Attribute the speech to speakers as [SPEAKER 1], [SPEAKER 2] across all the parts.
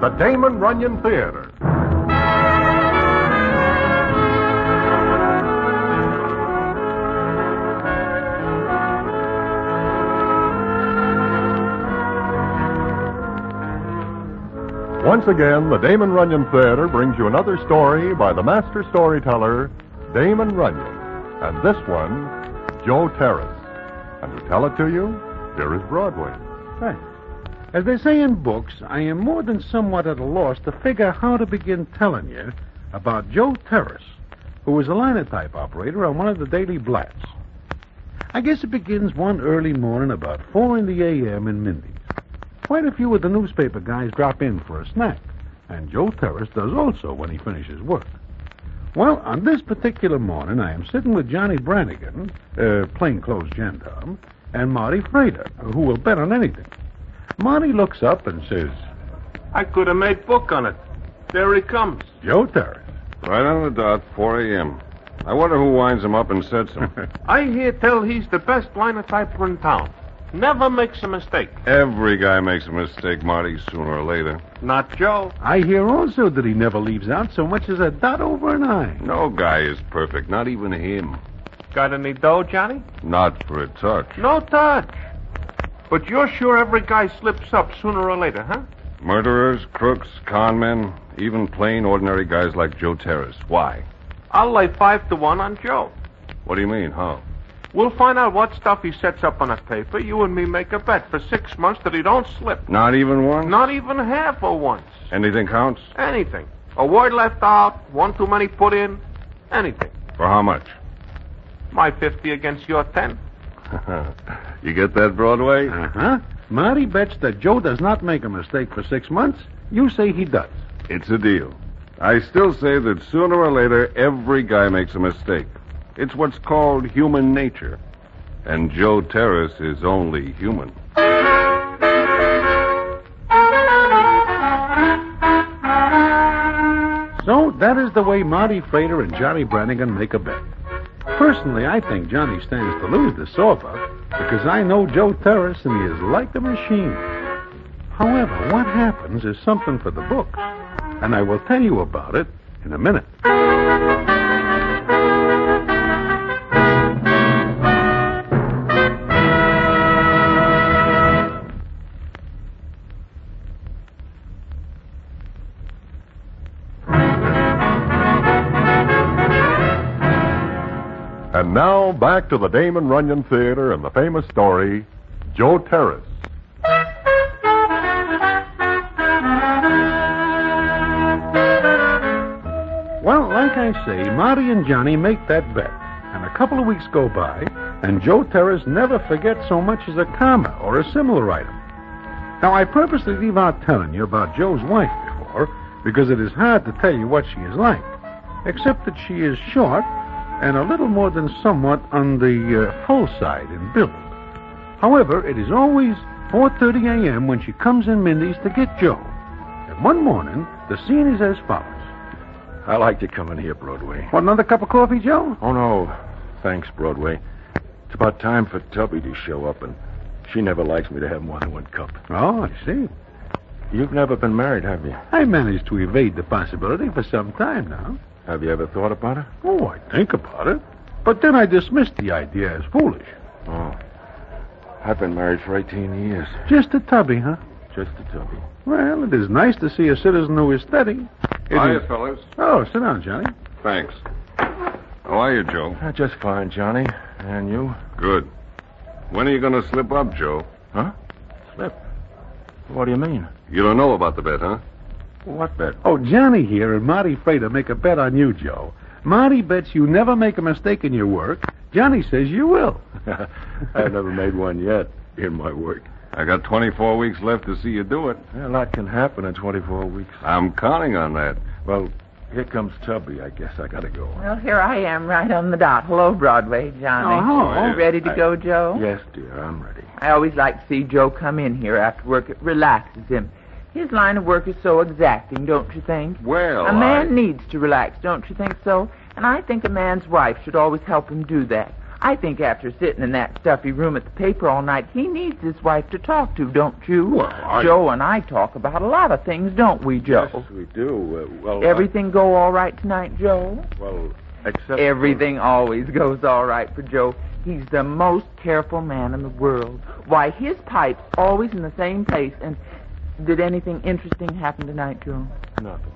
[SPEAKER 1] the Damon Runyon Theater. Once again, the Damon Runyon Theater brings you another story by the master storyteller, Damon Runyon. And this one, Joe Terrace. And to tell it to you, here is Broadway.
[SPEAKER 2] Thanks. As they say in books, I am more than somewhat at a loss to figure how to begin telling you about Joe Terrace, who was a linotype operator on one of the daily blats. I guess it begins one early morning about 4 in the a.m. in Mindy's. Quite a few of the newspaper guys drop in for a snack, and Joe Terrace does also when he finishes work. Well, on this particular morning, I am sitting with Johnny Brannigan, uh, plainclothes gendarme, and Marty Frater, who will bet on anything. Marty looks up and says,
[SPEAKER 3] I could have made book on it. There he comes.
[SPEAKER 2] Joe Terrace.
[SPEAKER 4] Right on the dot, 4 a.m. I wonder who winds him up and sets him.
[SPEAKER 3] I hear tell he's the best linotyper in town. Never makes a mistake.
[SPEAKER 4] Every guy makes a mistake, Marty, sooner or later.
[SPEAKER 3] Not Joe.
[SPEAKER 2] I hear also that he never leaves out so much as a dot over an I.
[SPEAKER 4] No guy is perfect, not even him.
[SPEAKER 3] Got any dough, Johnny?
[SPEAKER 4] Not for a touch.
[SPEAKER 3] No touch. But you're sure every guy slips up sooner or later, huh?
[SPEAKER 4] Murderers, crooks, con men, even plain ordinary guys like Joe Terrace. Why?
[SPEAKER 3] I'll lay five to one on Joe.
[SPEAKER 4] What do you mean, how?
[SPEAKER 3] We'll find out what stuff he sets up on a paper. You and me make a bet for six months that he don't slip.
[SPEAKER 4] Not even one?
[SPEAKER 3] Not even half a once.
[SPEAKER 4] Anything counts?
[SPEAKER 3] Anything. A word left out, one too many put in, anything.
[SPEAKER 4] For how much?
[SPEAKER 3] My 50 against your 10.
[SPEAKER 4] you get that, Broadway?
[SPEAKER 2] Uh huh. Marty bets that Joe does not make a mistake for six months. You say he does.
[SPEAKER 4] It's a deal. I still say that sooner or later, every guy makes a mistake. It's what's called human nature. And Joe Terrace is only human.
[SPEAKER 2] So that is the way Marty Frater and Johnny Brannigan make a bet. Personally, I think Johnny stands to lose the sofa because I know Joe Terrace and he is like a machine. However, what happens is something for the books, and I will tell you about it in a minute.
[SPEAKER 1] And now back to the Damon Runyon Theater and the famous story, Joe Terrace.
[SPEAKER 2] Well, like I say, Marty and Johnny make that bet, and a couple of weeks go by, and Joe Terrace never forgets so much as a comma or a similar item. Now, I purposely leave out telling you about Joe's wife before, because it is hard to tell you what she is like, except that she is short and a little more than somewhat on the uh, full side in build. However, it is always 4:30 a.m. when she comes in Mindy's to get Joe. And one morning, the scene is as follows.
[SPEAKER 5] I like to come in here, Broadway.
[SPEAKER 2] Want another cup of coffee, Joe?
[SPEAKER 5] Oh, no. Thanks, Broadway. It's about time for Tubby to show up, and she never likes me to have more than one cup.
[SPEAKER 2] Oh, I see.
[SPEAKER 5] You've never been married, have you?
[SPEAKER 2] I managed to evade the possibility for some time now.
[SPEAKER 5] Have you ever thought about it?
[SPEAKER 2] Oh, I think about it. But then I dismissed the idea as foolish.
[SPEAKER 5] Oh. I've been married for 18 years.
[SPEAKER 2] Just a tubby, huh?
[SPEAKER 5] Just to Tubby.
[SPEAKER 2] Well, it is nice to see a citizen who is steady. It
[SPEAKER 4] Hiya,
[SPEAKER 2] is-
[SPEAKER 4] fellas.
[SPEAKER 2] Oh, sit down, Johnny.
[SPEAKER 4] Thanks. How are you, Joe?
[SPEAKER 5] Ah, just fine, Johnny. And you?
[SPEAKER 4] Good. When are you going to slip up, Joe?
[SPEAKER 5] Huh? Slip. What do you mean?
[SPEAKER 4] You don't know about the bet, huh?
[SPEAKER 5] What bet?
[SPEAKER 2] Oh, Johnny here and Marty Frater make a bet on you, Joe. Marty bets you never make a mistake in your work. Johnny says you will.
[SPEAKER 5] I've never made one yet in my work.
[SPEAKER 4] I got 24 weeks left to see you do it.
[SPEAKER 5] A lot can happen in 24 weeks.
[SPEAKER 4] I'm counting on that.
[SPEAKER 5] Well, here comes Tubby. I guess I gotta go.
[SPEAKER 6] Well, here I am, right on the dot. Hello, Broadway, Johnny.
[SPEAKER 2] Oh, hello.
[SPEAKER 6] You ready to
[SPEAKER 5] I-
[SPEAKER 6] go, Joe?
[SPEAKER 5] Yes, dear, I'm ready.
[SPEAKER 6] I always like to see Joe come in here after work. It relaxes him. His line of work is so exacting, don't you think?
[SPEAKER 4] Well,
[SPEAKER 6] a
[SPEAKER 4] I-
[SPEAKER 6] man needs to relax, don't you think so? And I think a man's wife should always help him do that. I think after sitting in that stuffy room at the paper all night, he needs his wife to talk to, don't you?
[SPEAKER 5] Well, I-
[SPEAKER 6] Joe and I talk about a lot of things, don't we, Joe?
[SPEAKER 5] Yes, we do. Uh, well, I-
[SPEAKER 6] Everything go all right tonight, Joe?
[SPEAKER 5] well, except
[SPEAKER 6] Everything always goes all right for Joe. He's the most careful man in the world. Why, his pipe's always in the same place. And did anything interesting happen tonight, Joe?
[SPEAKER 5] nothing,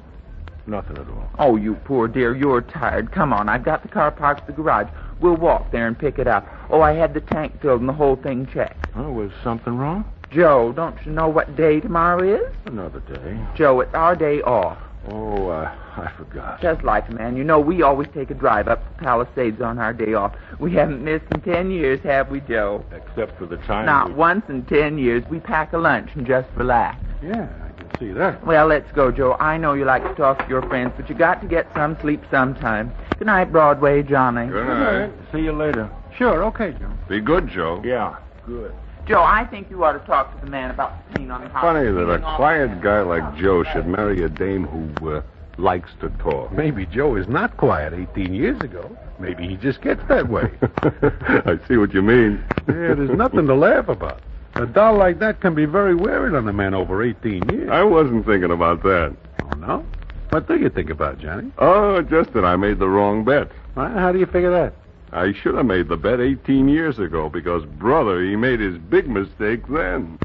[SPEAKER 5] nothing at all.
[SPEAKER 6] Oh, you poor dear, you're tired. Come on, I've got the car parked at the garage. We'll walk there and pick it up. Oh, I had the tank filled and the whole thing checked.
[SPEAKER 5] Oh, was something wrong?
[SPEAKER 6] Joe, don't you know what day tomorrow is?
[SPEAKER 5] Another day.
[SPEAKER 6] Joe, it's our day off.
[SPEAKER 5] Oh, uh, I forgot.
[SPEAKER 6] Just like a man. You know, we always take a drive up to Palisades on our day off. We haven't missed in ten years, have we, Joe?
[SPEAKER 5] Except for the time.
[SPEAKER 6] Not
[SPEAKER 5] we-
[SPEAKER 6] once in ten years. We pack a lunch and just relax.
[SPEAKER 5] Yeah, I can see that.
[SPEAKER 6] Well, let's go, Joe. I know you like to talk to your friends, but you got to get some sleep sometime. Good night, Broadway Johnny.
[SPEAKER 4] Good night.
[SPEAKER 5] See you later.
[SPEAKER 2] Sure, okay, Joe.
[SPEAKER 4] Be good, Joe.
[SPEAKER 5] Yeah. Good.
[SPEAKER 6] Joe, I think you ought to talk to the man about the paint on the house.
[SPEAKER 4] Funny that a quiet guy like Joe should marry a dame who uh, likes to talk.
[SPEAKER 2] Maybe Joe is not quiet 18 years ago. Maybe he just gets that way.
[SPEAKER 4] I see what you mean.
[SPEAKER 2] yeah, there's nothing to laugh about. A doll like that can be very wearing on a man over 18 years.
[SPEAKER 4] I wasn't thinking about that.
[SPEAKER 2] Oh, no? What do you think about, Johnny?
[SPEAKER 4] Oh, just that I made the wrong bet.
[SPEAKER 2] Huh? How do you figure that?
[SPEAKER 4] I should have made the bet 18 years ago because, brother, he made his big mistake then.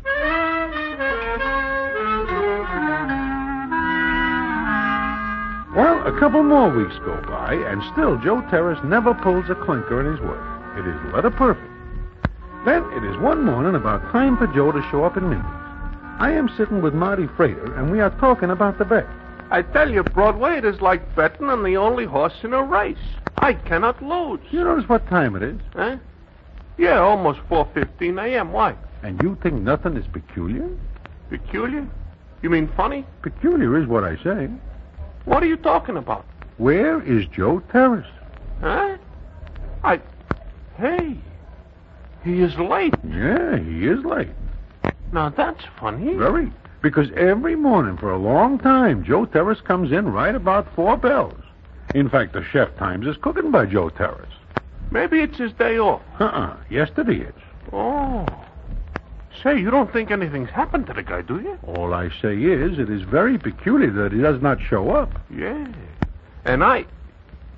[SPEAKER 2] Well, a couple more weeks go by, and still Joe Terrace never pulls a clinker in his work. It is letter perfect. Then it is one morning about time for Joe to show up in Mindy's. I am sitting with Marty Frater, and we are talking about the bet.
[SPEAKER 3] I tell you, Broadway, it is like betting on the only horse in a race. I cannot lose.
[SPEAKER 2] You notice what time it is,
[SPEAKER 3] Eh? Yeah, almost 4.15 a.m. Why?
[SPEAKER 2] and you think nothing is peculiar?
[SPEAKER 3] Peculiar? You mean funny?
[SPEAKER 2] Peculiar is what I say.
[SPEAKER 3] What are you talking about?
[SPEAKER 2] Where is Joe Terrace?
[SPEAKER 3] Huh? I... Hey, he is late.
[SPEAKER 2] Yeah, he is late.
[SPEAKER 3] Now, that's funny.
[SPEAKER 2] Very. Because every morning for a long time, Joe Terrace comes in right about four bells. In fact, the chef times his cooking by Joe Terrace.
[SPEAKER 3] Maybe it's his day off.
[SPEAKER 2] Uh-uh. Yesterday is.
[SPEAKER 3] Oh. Say, you don't think anything's happened to the guy, do you?
[SPEAKER 2] All I say is, it is very peculiar that he does not show up.
[SPEAKER 3] Yeah. And I...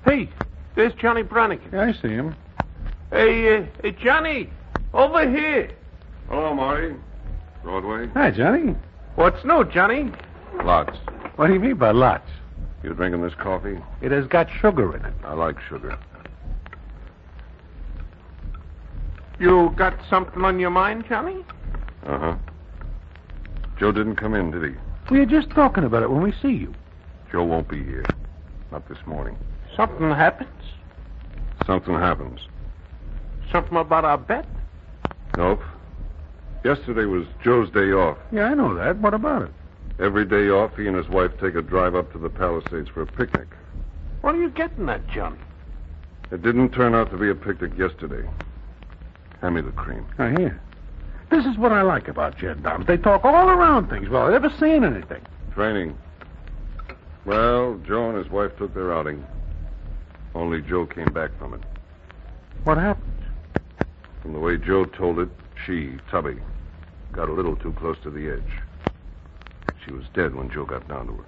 [SPEAKER 3] Hey, there's Johnny Brannigan.
[SPEAKER 2] I see him.
[SPEAKER 3] Hey, uh, hey, Johnny, over here.
[SPEAKER 4] Hello, Marty. Broadway?
[SPEAKER 2] Hi, Johnny.
[SPEAKER 3] What's new, Johnny?
[SPEAKER 4] Lots.
[SPEAKER 2] What do you mean by lots?
[SPEAKER 4] You drinking this coffee?
[SPEAKER 2] It has got sugar in it.
[SPEAKER 4] I like sugar.
[SPEAKER 3] You got something on your mind, Johnny?
[SPEAKER 4] Uh huh. Joe didn't come in, did he?
[SPEAKER 2] We are just talking about it when we see you.
[SPEAKER 4] Joe won't be here. Not this morning.
[SPEAKER 3] Something happens?
[SPEAKER 4] Something happens.
[SPEAKER 3] Something about our bet?
[SPEAKER 4] Nope. Yesterday was Joe's day off.
[SPEAKER 2] Yeah, I know that. What about it?
[SPEAKER 4] Every day off, he and his wife take a drive up to the Palisades for a picnic.
[SPEAKER 3] What are you getting at, Johnny?
[SPEAKER 4] It didn't turn out to be a picnic yesterday. Hand me the cream.
[SPEAKER 2] I hear. This is what I like about Jed Doms. They talk all around things without ever saying anything.
[SPEAKER 4] Training. Well, Joe and his wife took their outing. Only Joe came back from it.
[SPEAKER 2] What happened?
[SPEAKER 4] From the way Joe told it, she, Tubby, got a little too close to the edge. She was dead when Joe got down to her.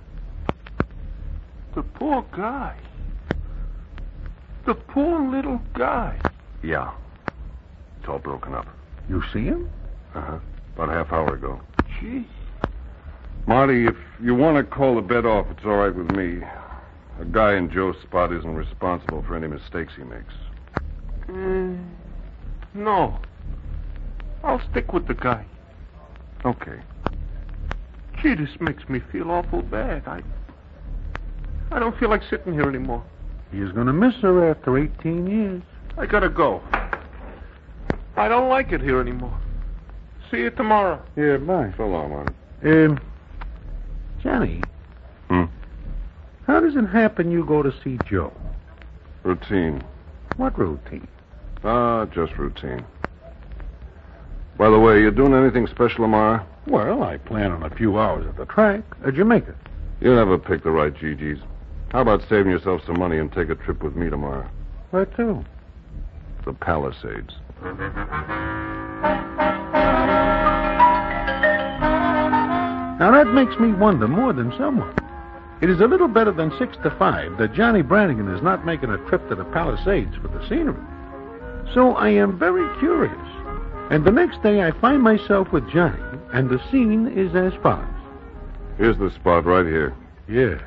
[SPEAKER 3] The poor guy. The poor little guy.
[SPEAKER 4] Yeah. It's all broken up.
[SPEAKER 2] You see him?
[SPEAKER 4] Uh huh. About a half hour ago.
[SPEAKER 3] Gee.
[SPEAKER 4] Marty, if you want to call the bet off, it's all right with me. A guy in Joe's spot isn't responsible for any mistakes he makes.
[SPEAKER 3] Mm, no. I'll stick with the guy.
[SPEAKER 4] Okay.
[SPEAKER 3] Gee, this makes me feel awful bad. I. I don't feel like sitting here anymore.
[SPEAKER 2] He is going to miss her after 18 years.
[SPEAKER 3] I gotta go. I don't like it here anymore. See you tomorrow.
[SPEAKER 2] Yeah, bye.
[SPEAKER 4] So long, Marty.
[SPEAKER 2] Um, Johnny,
[SPEAKER 4] Hmm?
[SPEAKER 2] how does it happen you go to see Joe?
[SPEAKER 4] Routine.
[SPEAKER 2] What routine?
[SPEAKER 4] Ah, just routine. By the way, you doing anything special tomorrow?
[SPEAKER 2] Well, I plan on a few hours at the track at Jamaica.
[SPEAKER 4] You never pick the right GGs. How about saving yourself some money and take a trip with me tomorrow?
[SPEAKER 2] Where to?
[SPEAKER 4] the Palisades.
[SPEAKER 2] Now that makes me wonder more than someone. It is a little better than six to five that Johnny Brannigan is not making a trip to the Palisades for the scenery. So I am very curious. And the next day I find myself with Johnny, and the scene is as follows.
[SPEAKER 4] Here's the spot right here.
[SPEAKER 2] Yeah.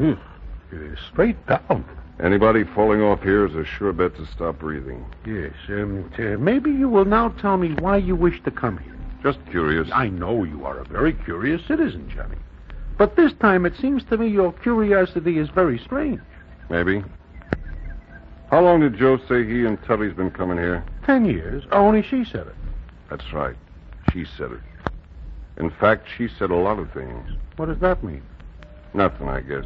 [SPEAKER 2] Oof. It is straight down.
[SPEAKER 4] Anybody falling off here is a sure bet to stop breathing.
[SPEAKER 2] Yes. Um, t- maybe you will now tell me why you wish to come here.
[SPEAKER 4] Just curious.
[SPEAKER 2] I know you are a very curious citizen, Johnny. But this time it seems to me your curiosity is very strange.
[SPEAKER 4] Maybe. How long did Joe say he and Tubby's been coming here?
[SPEAKER 2] Ten years, only she said it.
[SPEAKER 4] That's right. She said it. In fact, she said a lot of things.
[SPEAKER 2] What does that mean?
[SPEAKER 4] Nothing, I guess.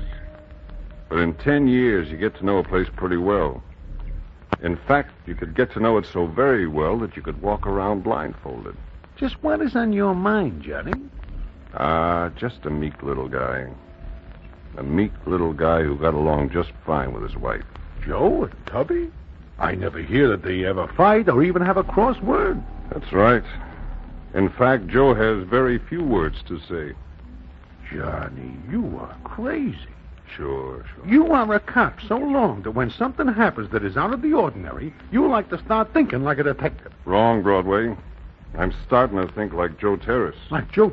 [SPEAKER 4] But in ten years, you get to know a place pretty well. In fact, you could get to know it so very well that you could walk around blindfolded.
[SPEAKER 2] Just what is on your mind, Johnny?
[SPEAKER 4] Ah, just a meek little guy. A meek little guy who got along just fine with his wife.
[SPEAKER 2] Joe and Tubby? I never hear that they ever fight or even have a cross word.
[SPEAKER 4] That's right. In fact, Joe has very few words to say.
[SPEAKER 2] Johnny, you are crazy.
[SPEAKER 4] Sure, sure.
[SPEAKER 2] You are a cop so long that when something happens that is out of the ordinary, you like to start thinking like a detective.
[SPEAKER 4] Wrong, Broadway. I'm starting to think like Joe Terrace.
[SPEAKER 2] Like Joe.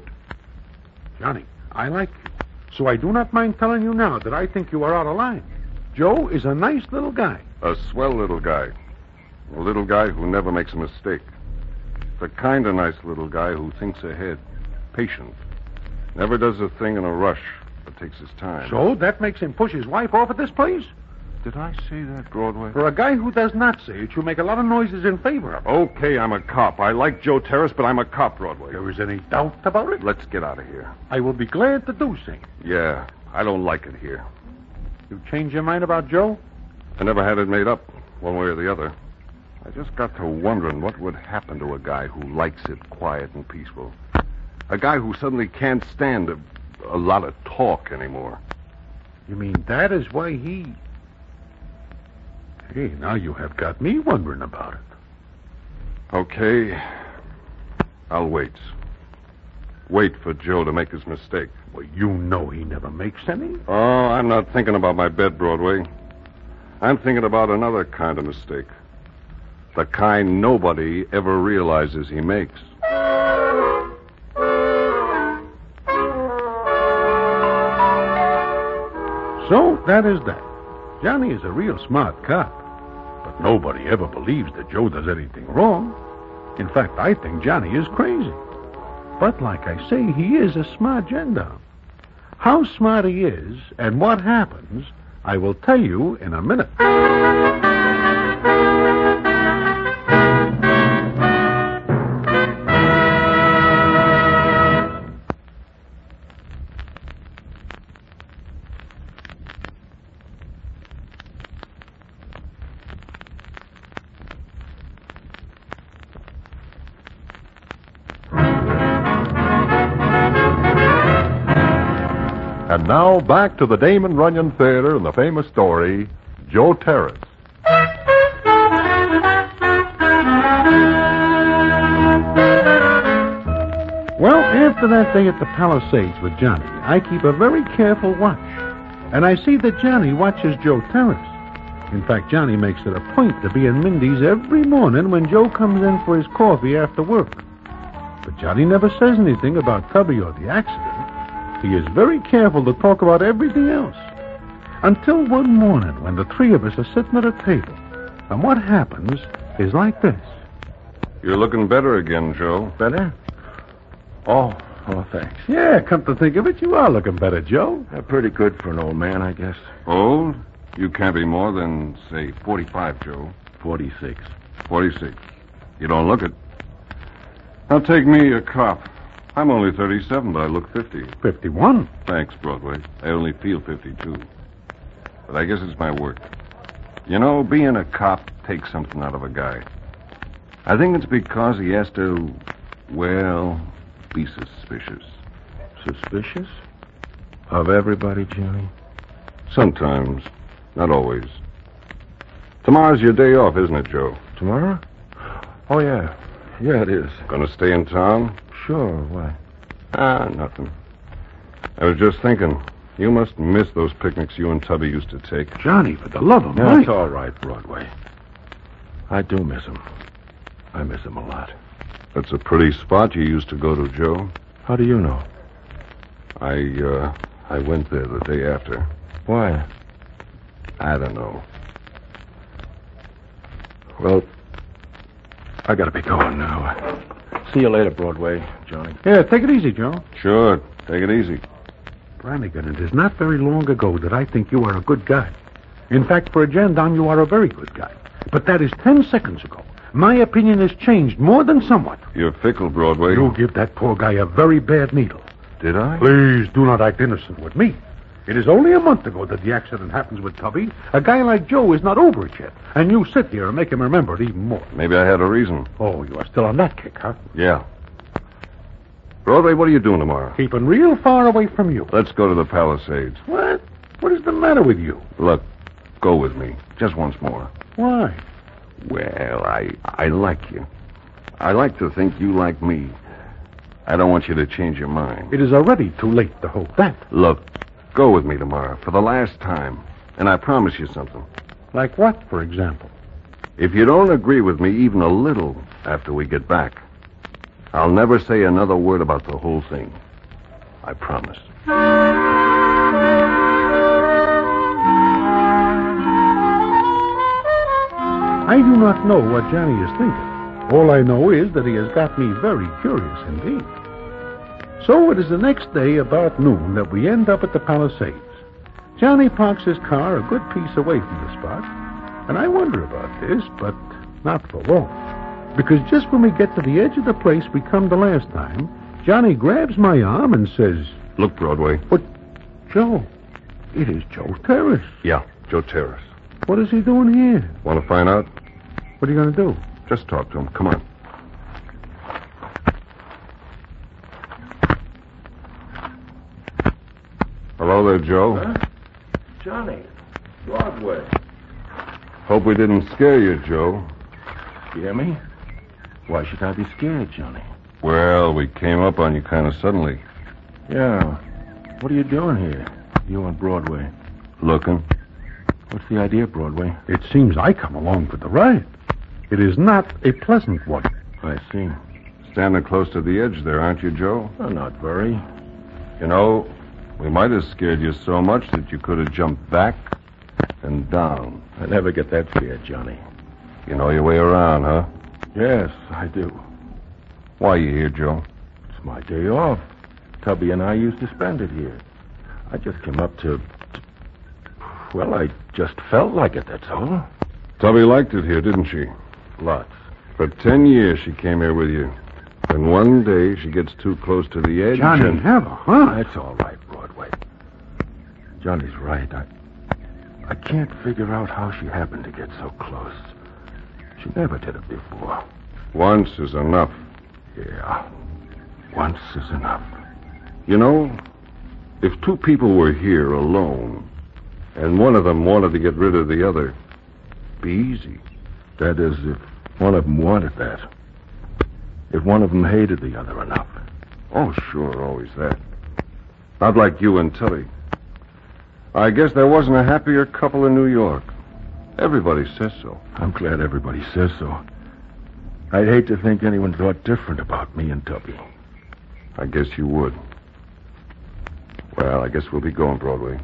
[SPEAKER 2] Johnny, I like you. So I do not mind telling you now that I think you are out of line. Joe is a nice little guy.
[SPEAKER 4] A swell little guy. A little guy who never makes a mistake. The kind of nice little guy who thinks ahead. Patient. Never does a thing in a rush, but takes his time.
[SPEAKER 2] So that makes him push his wife off at this place?
[SPEAKER 4] Did I say that, Broadway?
[SPEAKER 2] For a guy who does not say it, you make a lot of noises in favor of it.
[SPEAKER 4] Okay, I'm a cop. I like Joe Terrace, but I'm a cop, Broadway.
[SPEAKER 2] There is any doubt about it?
[SPEAKER 4] Let's get out of here.
[SPEAKER 2] I will be glad to do so.
[SPEAKER 4] Yeah, I don't like it here.
[SPEAKER 2] You change your mind about Joe?
[SPEAKER 4] I never had it made up, one way or the other. I just got to wondering what would happen to a guy who likes it quiet and peaceful. A guy who suddenly can't stand a, a lot of talk anymore.
[SPEAKER 2] You mean that is why he. Hey, now you have got me wondering about it.
[SPEAKER 4] Okay, I'll wait. Wait for Joe to make his mistake.
[SPEAKER 2] Well, you know he never makes any.
[SPEAKER 4] Oh, I'm not thinking about my bed, Broadway. I'm thinking about another kind of mistake. The kind nobody ever realizes he makes.
[SPEAKER 2] So that is that. Johnny is a real smart cop, but nobody ever believes that Joe does anything wrong. In fact, I think Johnny is crazy. But like I say, he is a smart gendarme. How smart he is and what happens, I will tell you in a minute.
[SPEAKER 1] And now back to the Damon Runyon Theater and the famous story, Joe Terrace.
[SPEAKER 2] Well, after that day at the Palisades with Johnny, I keep a very careful watch. And I see that Johnny watches Joe Terrace. In fact, Johnny makes it a point to be in Mindy's every morning when Joe comes in for his coffee after work. But Johnny never says anything about Tubby or the accident. He is very careful to talk about everything else. Until one morning when the three of us are sitting at a table. And what happens is like this.
[SPEAKER 4] You're looking better again, Joe.
[SPEAKER 2] Better?
[SPEAKER 5] Oh, oh, thanks.
[SPEAKER 2] Yeah, come to think of it, you are looking better, Joe.
[SPEAKER 5] Uh, pretty good for an old man, I guess.
[SPEAKER 4] Old? You can't be more than, say, 45, Joe.
[SPEAKER 5] 46.
[SPEAKER 4] 46. You don't look it. Now take me, a cop. I'm only 37, but I look 50.
[SPEAKER 2] 51.
[SPEAKER 4] Thanks, Broadway. I only feel 52. But I guess it's my work. You know, being a cop takes something out of a guy. I think it's because he has to, well, be suspicious.
[SPEAKER 5] Suspicious? Of everybody, Johnny?
[SPEAKER 4] Sometimes, not always. Tomorrow's your day off, isn't it, Joe?
[SPEAKER 5] Tomorrow? Oh, yeah. Yeah, it is.
[SPEAKER 4] Gonna stay in town?
[SPEAKER 5] Sure, why?
[SPEAKER 4] Ah, nothing. I was just thinking, you must miss those picnics you and Tubby used to take.
[SPEAKER 2] Johnny, for the love of
[SPEAKER 5] No,
[SPEAKER 2] Mike.
[SPEAKER 5] it's all right, Broadway. I do miss him. I miss him a lot.
[SPEAKER 4] That's a pretty spot you used to go to, Joe.
[SPEAKER 5] How do you know?
[SPEAKER 4] I, uh, I went there the day after.
[SPEAKER 5] Why?
[SPEAKER 4] I don't know.
[SPEAKER 5] Well, I gotta be going now. See you later, Broadway, Johnny.
[SPEAKER 2] Yeah, take it easy, Joe.
[SPEAKER 4] Sure, take it easy.
[SPEAKER 2] Brannigan, it is not very long ago that I think you are a good guy. In fact, for a gendarme, you are a very good guy. But that is ten seconds ago. My opinion has changed more than somewhat.
[SPEAKER 4] You're fickle, Broadway.
[SPEAKER 2] You give that poor guy a very bad needle.
[SPEAKER 4] Did I?
[SPEAKER 2] Please do not act innocent with me. It is only a month ago that the accident happens with Tubby. A guy like Joe is not over it yet, and you sit here and make him remember it even more.
[SPEAKER 4] Maybe I had a reason.
[SPEAKER 2] Oh, you are still on that kick, huh?
[SPEAKER 4] Yeah. Broadway, what are you doing tomorrow?
[SPEAKER 2] Keeping real far away from you.
[SPEAKER 4] Let's go to the Palisades.
[SPEAKER 2] What? What is the matter with you?
[SPEAKER 4] Look, go with me. Just once more.
[SPEAKER 2] Why?
[SPEAKER 4] Well, I I like you. I like to think you like me. I don't want you to change your mind.
[SPEAKER 2] It is already too late to hope that.
[SPEAKER 4] Look, go with me tomorrow for the last time, and I promise you something.
[SPEAKER 2] Like what, for example?
[SPEAKER 4] If you don't agree with me even a little after we get back, I'll never say another word about the whole thing. I promise.
[SPEAKER 2] I do not know what Johnny is thinking. All I know is that he has got me very curious indeed. So it is the next day about noon that we end up at the Palisades. Johnny parks his car a good piece away from the spot, and I wonder about this, but not for long. Because just when we get to the edge of the place we come the last time, Johnny grabs my arm and says,
[SPEAKER 4] Look, Broadway.
[SPEAKER 2] Joe, it is Joe Terrace.
[SPEAKER 4] Yeah, Joe Terrace.
[SPEAKER 2] What is he doing here?
[SPEAKER 4] Want to find out?
[SPEAKER 2] What are you going to do?
[SPEAKER 4] Just talk to him. Come on. Hello there, Joe.
[SPEAKER 5] Johnny, Broadway.
[SPEAKER 4] Hope we didn't scare you, Joe.
[SPEAKER 5] You hear me? Why should I be scared, Johnny?
[SPEAKER 4] Well, we came up on you kind of suddenly.
[SPEAKER 5] Yeah. What are you doing here? You on Broadway.
[SPEAKER 4] Looking.
[SPEAKER 5] What's the idea, Broadway?
[SPEAKER 2] It seems I come along for the ride. It is not a pleasant one.
[SPEAKER 5] I see.
[SPEAKER 4] Standing close to the edge there, aren't you, Joe?
[SPEAKER 5] Well, Oh, not very.
[SPEAKER 4] You know, we might have scared you so much that you could have jumped back and down.
[SPEAKER 5] I never get that fear, Johnny.
[SPEAKER 4] You know your way around, huh?
[SPEAKER 5] Yes, I do.
[SPEAKER 4] Why you here, Joe?
[SPEAKER 5] It's my day off. Tubby and I used to spend it here. I just came up to. to- well, I just felt like it, that's all.
[SPEAKER 4] Tubby liked it here, didn't she?
[SPEAKER 5] Lots.
[SPEAKER 4] For ten years she came here with you. Then one day she gets too close to the edge.
[SPEAKER 2] Johnny,
[SPEAKER 4] and-
[SPEAKER 2] have a heart.
[SPEAKER 5] That's all right, Broadway. Johnny's right. I, I can't figure out how she happened to get so close. She never did it before.
[SPEAKER 4] Once is enough.
[SPEAKER 5] Yeah. Once is enough.
[SPEAKER 4] You know, if two people were here alone, and one of them wanted to get rid of the other, be easy.
[SPEAKER 5] That is, if one of them wanted that. If one of them hated the other enough.
[SPEAKER 4] Oh, sure, always that. Not like you and Tully. I guess there wasn't a happier couple in New York. Everybody says so.
[SPEAKER 5] I'm glad everybody says so. I'd hate to think anyone thought different about me and Tuppy.
[SPEAKER 4] I guess you would. Well, I guess we'll be going Broadway.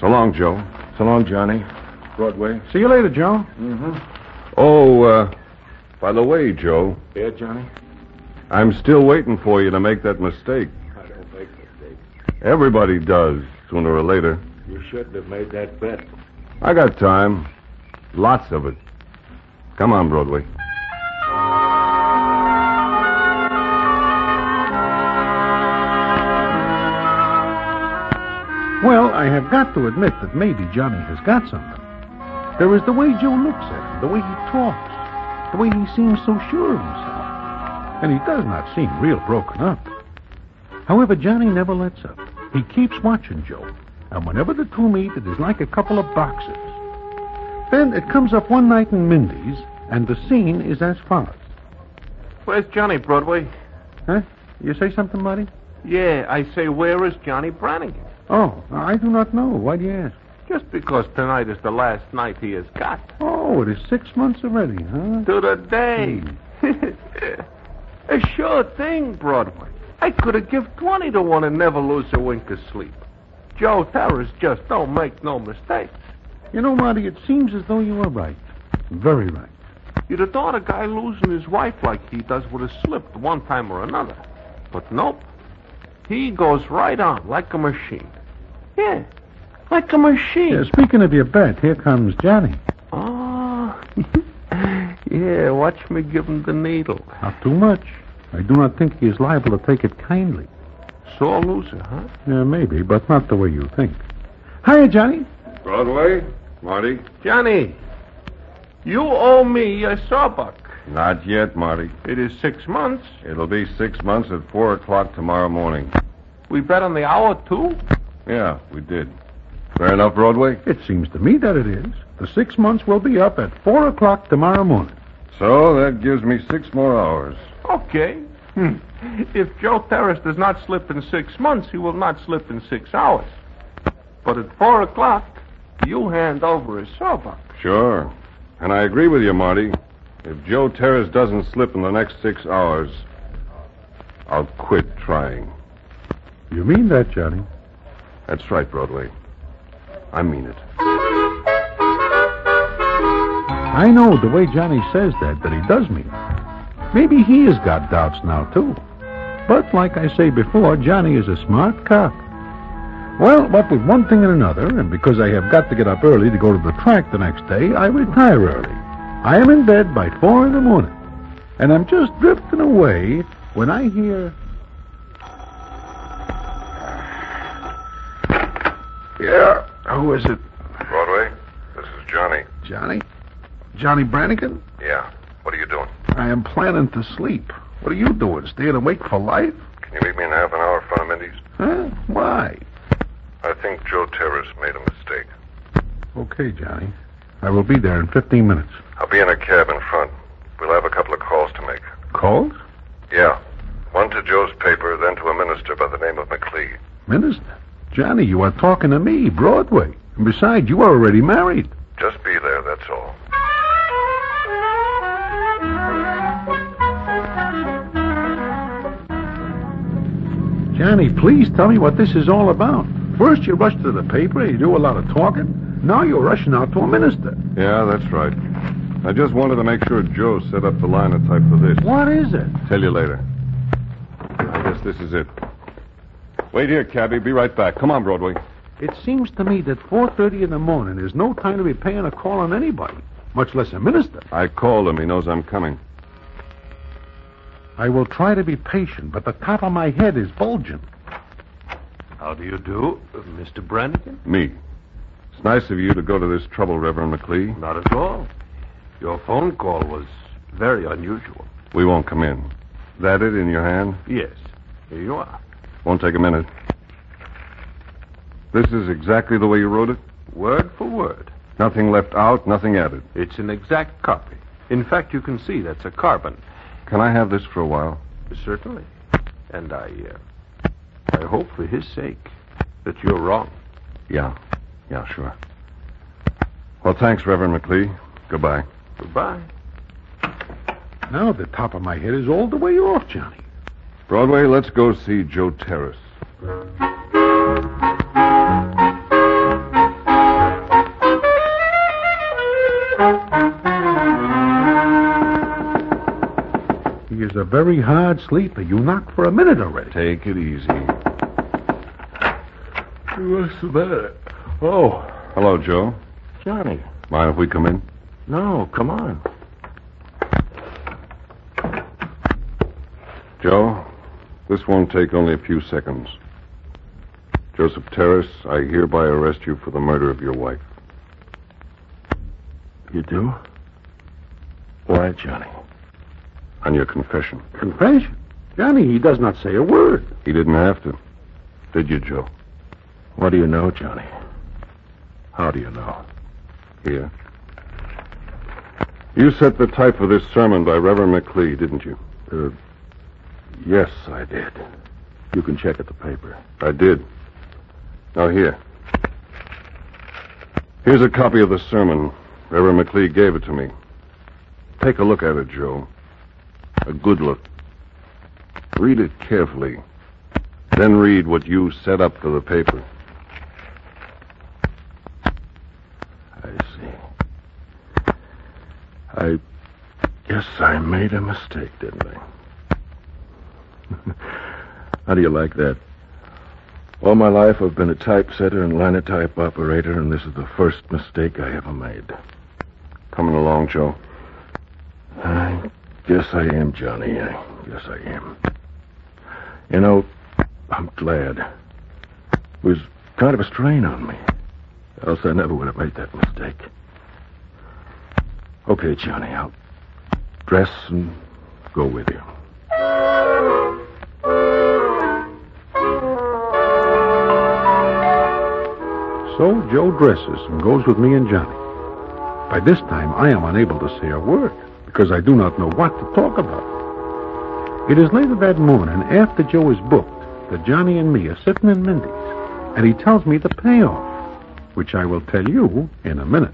[SPEAKER 4] So long, Joe.
[SPEAKER 5] So long, Johnny. Broadway.
[SPEAKER 2] See you later, Joe.
[SPEAKER 4] Oh, uh, by the way, Joe,
[SPEAKER 5] Yeah, Johnny?
[SPEAKER 4] I'm still waiting for you to make that mistake.
[SPEAKER 5] I don't make mistakes.
[SPEAKER 4] Everybody does, sooner or later.
[SPEAKER 5] You shouldn't have made that bet.
[SPEAKER 4] I got time. Lots of it. Come on, Broadway.
[SPEAKER 2] Well, I have got to admit that maybe Johnny has got something. There is the way Joe looks at him, the way he talks, the way he seems so sure of himself. And he does not seem real broken up. However, Johnny never lets up. He keeps watching Joe, and whenever the two meet, it is like a couple of boxers. Then it comes up one night in Mindy's, And the scene is as follows.
[SPEAKER 3] Where's Johnny Broadway?
[SPEAKER 2] Huh? You say something, Marty?
[SPEAKER 3] Yeah, I say, where is Johnny Brannigan?
[SPEAKER 2] Oh, I do not know. Why do you ask?
[SPEAKER 3] Just because tonight is the last night he has got.
[SPEAKER 2] Oh, it is six months already, huh?
[SPEAKER 3] To the day. A sure thing, Broadway. I could have give 20 to one and never lose a wink of sleep. Joe Terrace just don't make no mistakes.
[SPEAKER 2] You know, Marty, it seems as though you were right. Very right.
[SPEAKER 3] You'd have thought a guy losing his wife like he does would have slipped one time or another. But nope. He goes right on like a machine. Yeah, like a machine.
[SPEAKER 2] Yeah, Uh, speaking of your bet, here comes Johnny.
[SPEAKER 3] Oh. yeah, watch me give him the needle.
[SPEAKER 2] Not too much. I do not think he is liable to take it kindly.
[SPEAKER 3] Sore loser, huh?
[SPEAKER 2] Yeah, maybe, but not the way you think. Hiya, Johnny.
[SPEAKER 4] Broadway? Marty?
[SPEAKER 3] Johnny, you owe me your sawbuck.
[SPEAKER 4] Not yet, Marty.
[SPEAKER 3] It is six months.
[SPEAKER 4] It'll be six months at four o'clock tomorrow morning.
[SPEAKER 3] We bet on the hour, too?
[SPEAKER 4] Yeah, we did. Fair enough, Broadway?
[SPEAKER 2] It seems to me that it is. The six months will be up at four o'clock tomorrow morning.
[SPEAKER 4] So that gives me six more hours.
[SPEAKER 3] Okay. Hmm. If Joe Terrace does not slip in six months, he will not slip in six hours. But at four o'clock, you hand over his sawbuck.
[SPEAKER 4] Sure. And I agree with you, Marty. If Joe Terrace doesn't slip in the next six hours, I'll quit trying.
[SPEAKER 2] You mean that, Johnny?
[SPEAKER 4] That's right, Broadway. I mean it.
[SPEAKER 2] I know the way Johnny says that, that he does mean it. Maybe he has got doubts now, too. But like I say before, Johnny is a smart cop. Well, what with one thing and another, and because I have got to get up early to go to the track the next day, I retire early. I am in bed by four in the morning, and I'm just drifting away when I hear.
[SPEAKER 5] Yeah. Who is it?
[SPEAKER 4] Broadway, this is Johnny.
[SPEAKER 5] Johnny? Johnny Brannigan?
[SPEAKER 4] Yeah. What are you doing?
[SPEAKER 5] I am planning to sleep. What are you doing? Staying awake for life?
[SPEAKER 4] Can you meet me in half an hour in front of Mindy's?
[SPEAKER 5] Huh? Why?
[SPEAKER 4] I think Joe Terrace made a mistake.
[SPEAKER 2] Okay, Johnny. I will be there in 15 minutes.
[SPEAKER 4] I'll be in a cab in front. We'll have a couple of calls to make.
[SPEAKER 2] Calls?
[SPEAKER 4] Yeah. One to Joe's paper, then to a minister by the name of McLee.
[SPEAKER 2] Minister? Johnny, you are talking to me, Broadway. And besides, you are already married.
[SPEAKER 4] Just be there, that's all.
[SPEAKER 2] Johnny, please tell me what this is all about. First, you rush to the paper, you do a lot of talking. Now you're rushing out to a minister.
[SPEAKER 4] Yeah, that's right. I just wanted to make sure Joe set up the linotype for this.
[SPEAKER 2] What is it?
[SPEAKER 4] Tell you later. I guess this is it. Wait here, cabby. Be right back. Come on, Broadway.
[SPEAKER 2] It seems to me that 4.30 in the morning is no time to be paying a call on anybody, much less a minister.
[SPEAKER 4] I called him. He knows I'm coming.
[SPEAKER 2] I will try to be patient, but the top of my head is bulging.
[SPEAKER 3] How do you do, Mr. Brannigan?
[SPEAKER 4] Me. It's nice of you to go to this trouble, Reverend McLee.
[SPEAKER 3] Not at all. Your phone call was very unusual.
[SPEAKER 4] We won't come in. That it in your hand?
[SPEAKER 3] Yes, here you are.
[SPEAKER 4] Won't take a minute. This is exactly the way you wrote it?
[SPEAKER 3] Word for word.
[SPEAKER 4] Nothing left out, nothing added.
[SPEAKER 3] It's an exact copy. In fact, you can see that's a carbon.
[SPEAKER 4] Can I have this for a while?
[SPEAKER 3] Certainly. And I, uh, I hope for his sake that you're wrong.
[SPEAKER 4] Yeah. Yeah, sure. Well, thanks, Reverend McLee. Goodbye.
[SPEAKER 3] Goodbye.
[SPEAKER 2] Now the top of my head is all the way off, Johnny.
[SPEAKER 4] Broadway, let's go see Joe Terrace.
[SPEAKER 2] He is a very hard sleeper. You knocked for a minute already.
[SPEAKER 4] Take it easy.
[SPEAKER 3] What's the matter? Oh,
[SPEAKER 4] Hello, Joe.
[SPEAKER 3] Johnny.
[SPEAKER 4] Mind if we come in?
[SPEAKER 3] No, come on.
[SPEAKER 4] Joe, this won't take only a few seconds. Joseph Terrace, I hereby arrest you for the murder of your wife.
[SPEAKER 5] You do? Why, Johnny?
[SPEAKER 4] On your confession.
[SPEAKER 2] Confession? Johnny, he does not say a word.
[SPEAKER 4] He didn't have to. Did you, Joe?
[SPEAKER 5] What do you know, Johnny? How do you know?
[SPEAKER 4] Here. You set the type for this sermon by Reverend McLeod, didn't you?
[SPEAKER 5] Uh, yes, I did. You can check at the paper.
[SPEAKER 4] I did. Now, here. Here's a copy of the sermon. Reverend McLeod gave it to me. Take a look at it, Joe. A good look. Read it carefully. Then read what you set up for the paper.
[SPEAKER 5] I see. I guess I made a mistake, didn't I? How do you like that? All my life I've been a typesetter and linotype operator, and this is the first mistake I ever made.
[SPEAKER 4] Coming along, Joe.
[SPEAKER 5] I guess I am, Johnny. I guess I am. You know, I'm glad. It was kind of a strain on me. Else I never would have made that mistake. Okay, Johnny, I'll dress and go with you.
[SPEAKER 2] So Joe dresses and goes with me and Johnny. By this time, I am unable to say a word because I do not know what to talk about. It is later that morning, after Joe is booked, that Johnny and me are sitting in Mindy's, and he tells me the payoff, which I will tell you in a minute.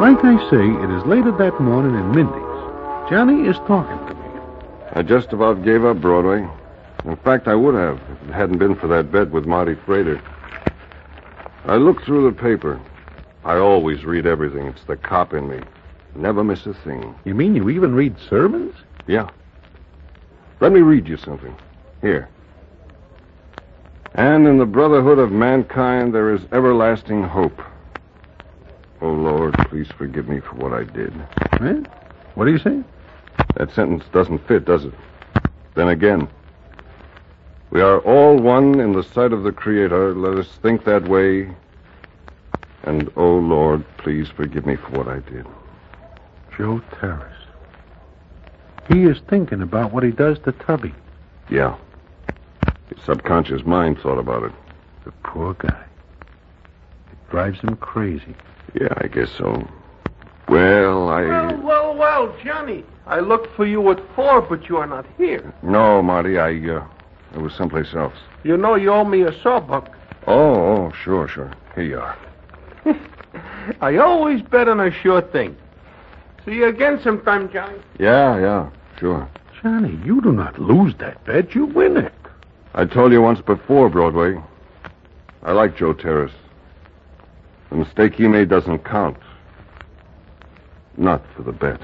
[SPEAKER 2] Like I say, it is later that morning in Mindy's. Johnny is talking to me.
[SPEAKER 4] I just about gave up Broadway. In fact, I would have if it hadn't been for that bet with Marty Frater. I looked through the paper. I always read everything. It's the cop in me. Never miss a thing.
[SPEAKER 2] You mean you even read sermons?
[SPEAKER 4] Yeah. Let me read you something. Here. And in the brotherhood of mankind, there is everlasting hope. Oh, Lord, please forgive me for what I did.
[SPEAKER 2] Eh? What do you say?
[SPEAKER 4] That sentence doesn't fit, does it? Then again, we are all one in the sight of the Creator. Let us think that way. And, oh Lord, please forgive me for what I did.
[SPEAKER 2] Joe Terrace. He is thinking about what he does to Tubby.
[SPEAKER 4] Yeah. His subconscious mind thought about it.
[SPEAKER 2] The poor guy. It drives him crazy.
[SPEAKER 4] Yeah, I guess so. Well, I.
[SPEAKER 3] Well, well, well, Johnny. I looked for you at four, but you are not here.
[SPEAKER 4] No, Marty, I, uh, I was someplace else.
[SPEAKER 3] You know you owe me a sawbuck.
[SPEAKER 4] Oh, oh, sure, sure. Here you are.
[SPEAKER 3] I always bet on a sure thing. See you again sometime, Johnny.
[SPEAKER 4] Yeah, yeah, sure.
[SPEAKER 2] Johnny, you do not lose that bet. You win it.
[SPEAKER 4] I told you once before, Broadway. I like Joe Terrace. The mistake he made doesn't count. Not for the bet.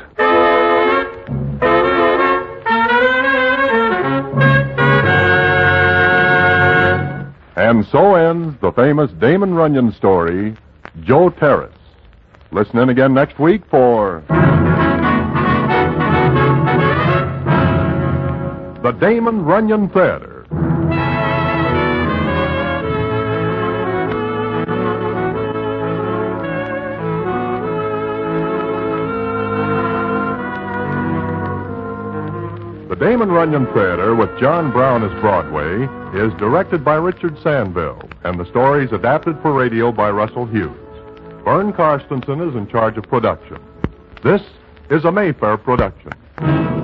[SPEAKER 1] And so ends the famous Damon Runyon story, Joe Terrace. Listen in again next week for. The Damon Runyon Theater. The Damon Runyon Theater with John Brown as Broadway is directed by Richard Sandville, and the story is adapted for radio by Russell Hughes. Vern Carstensen is in charge of production. This is a Mayfair production.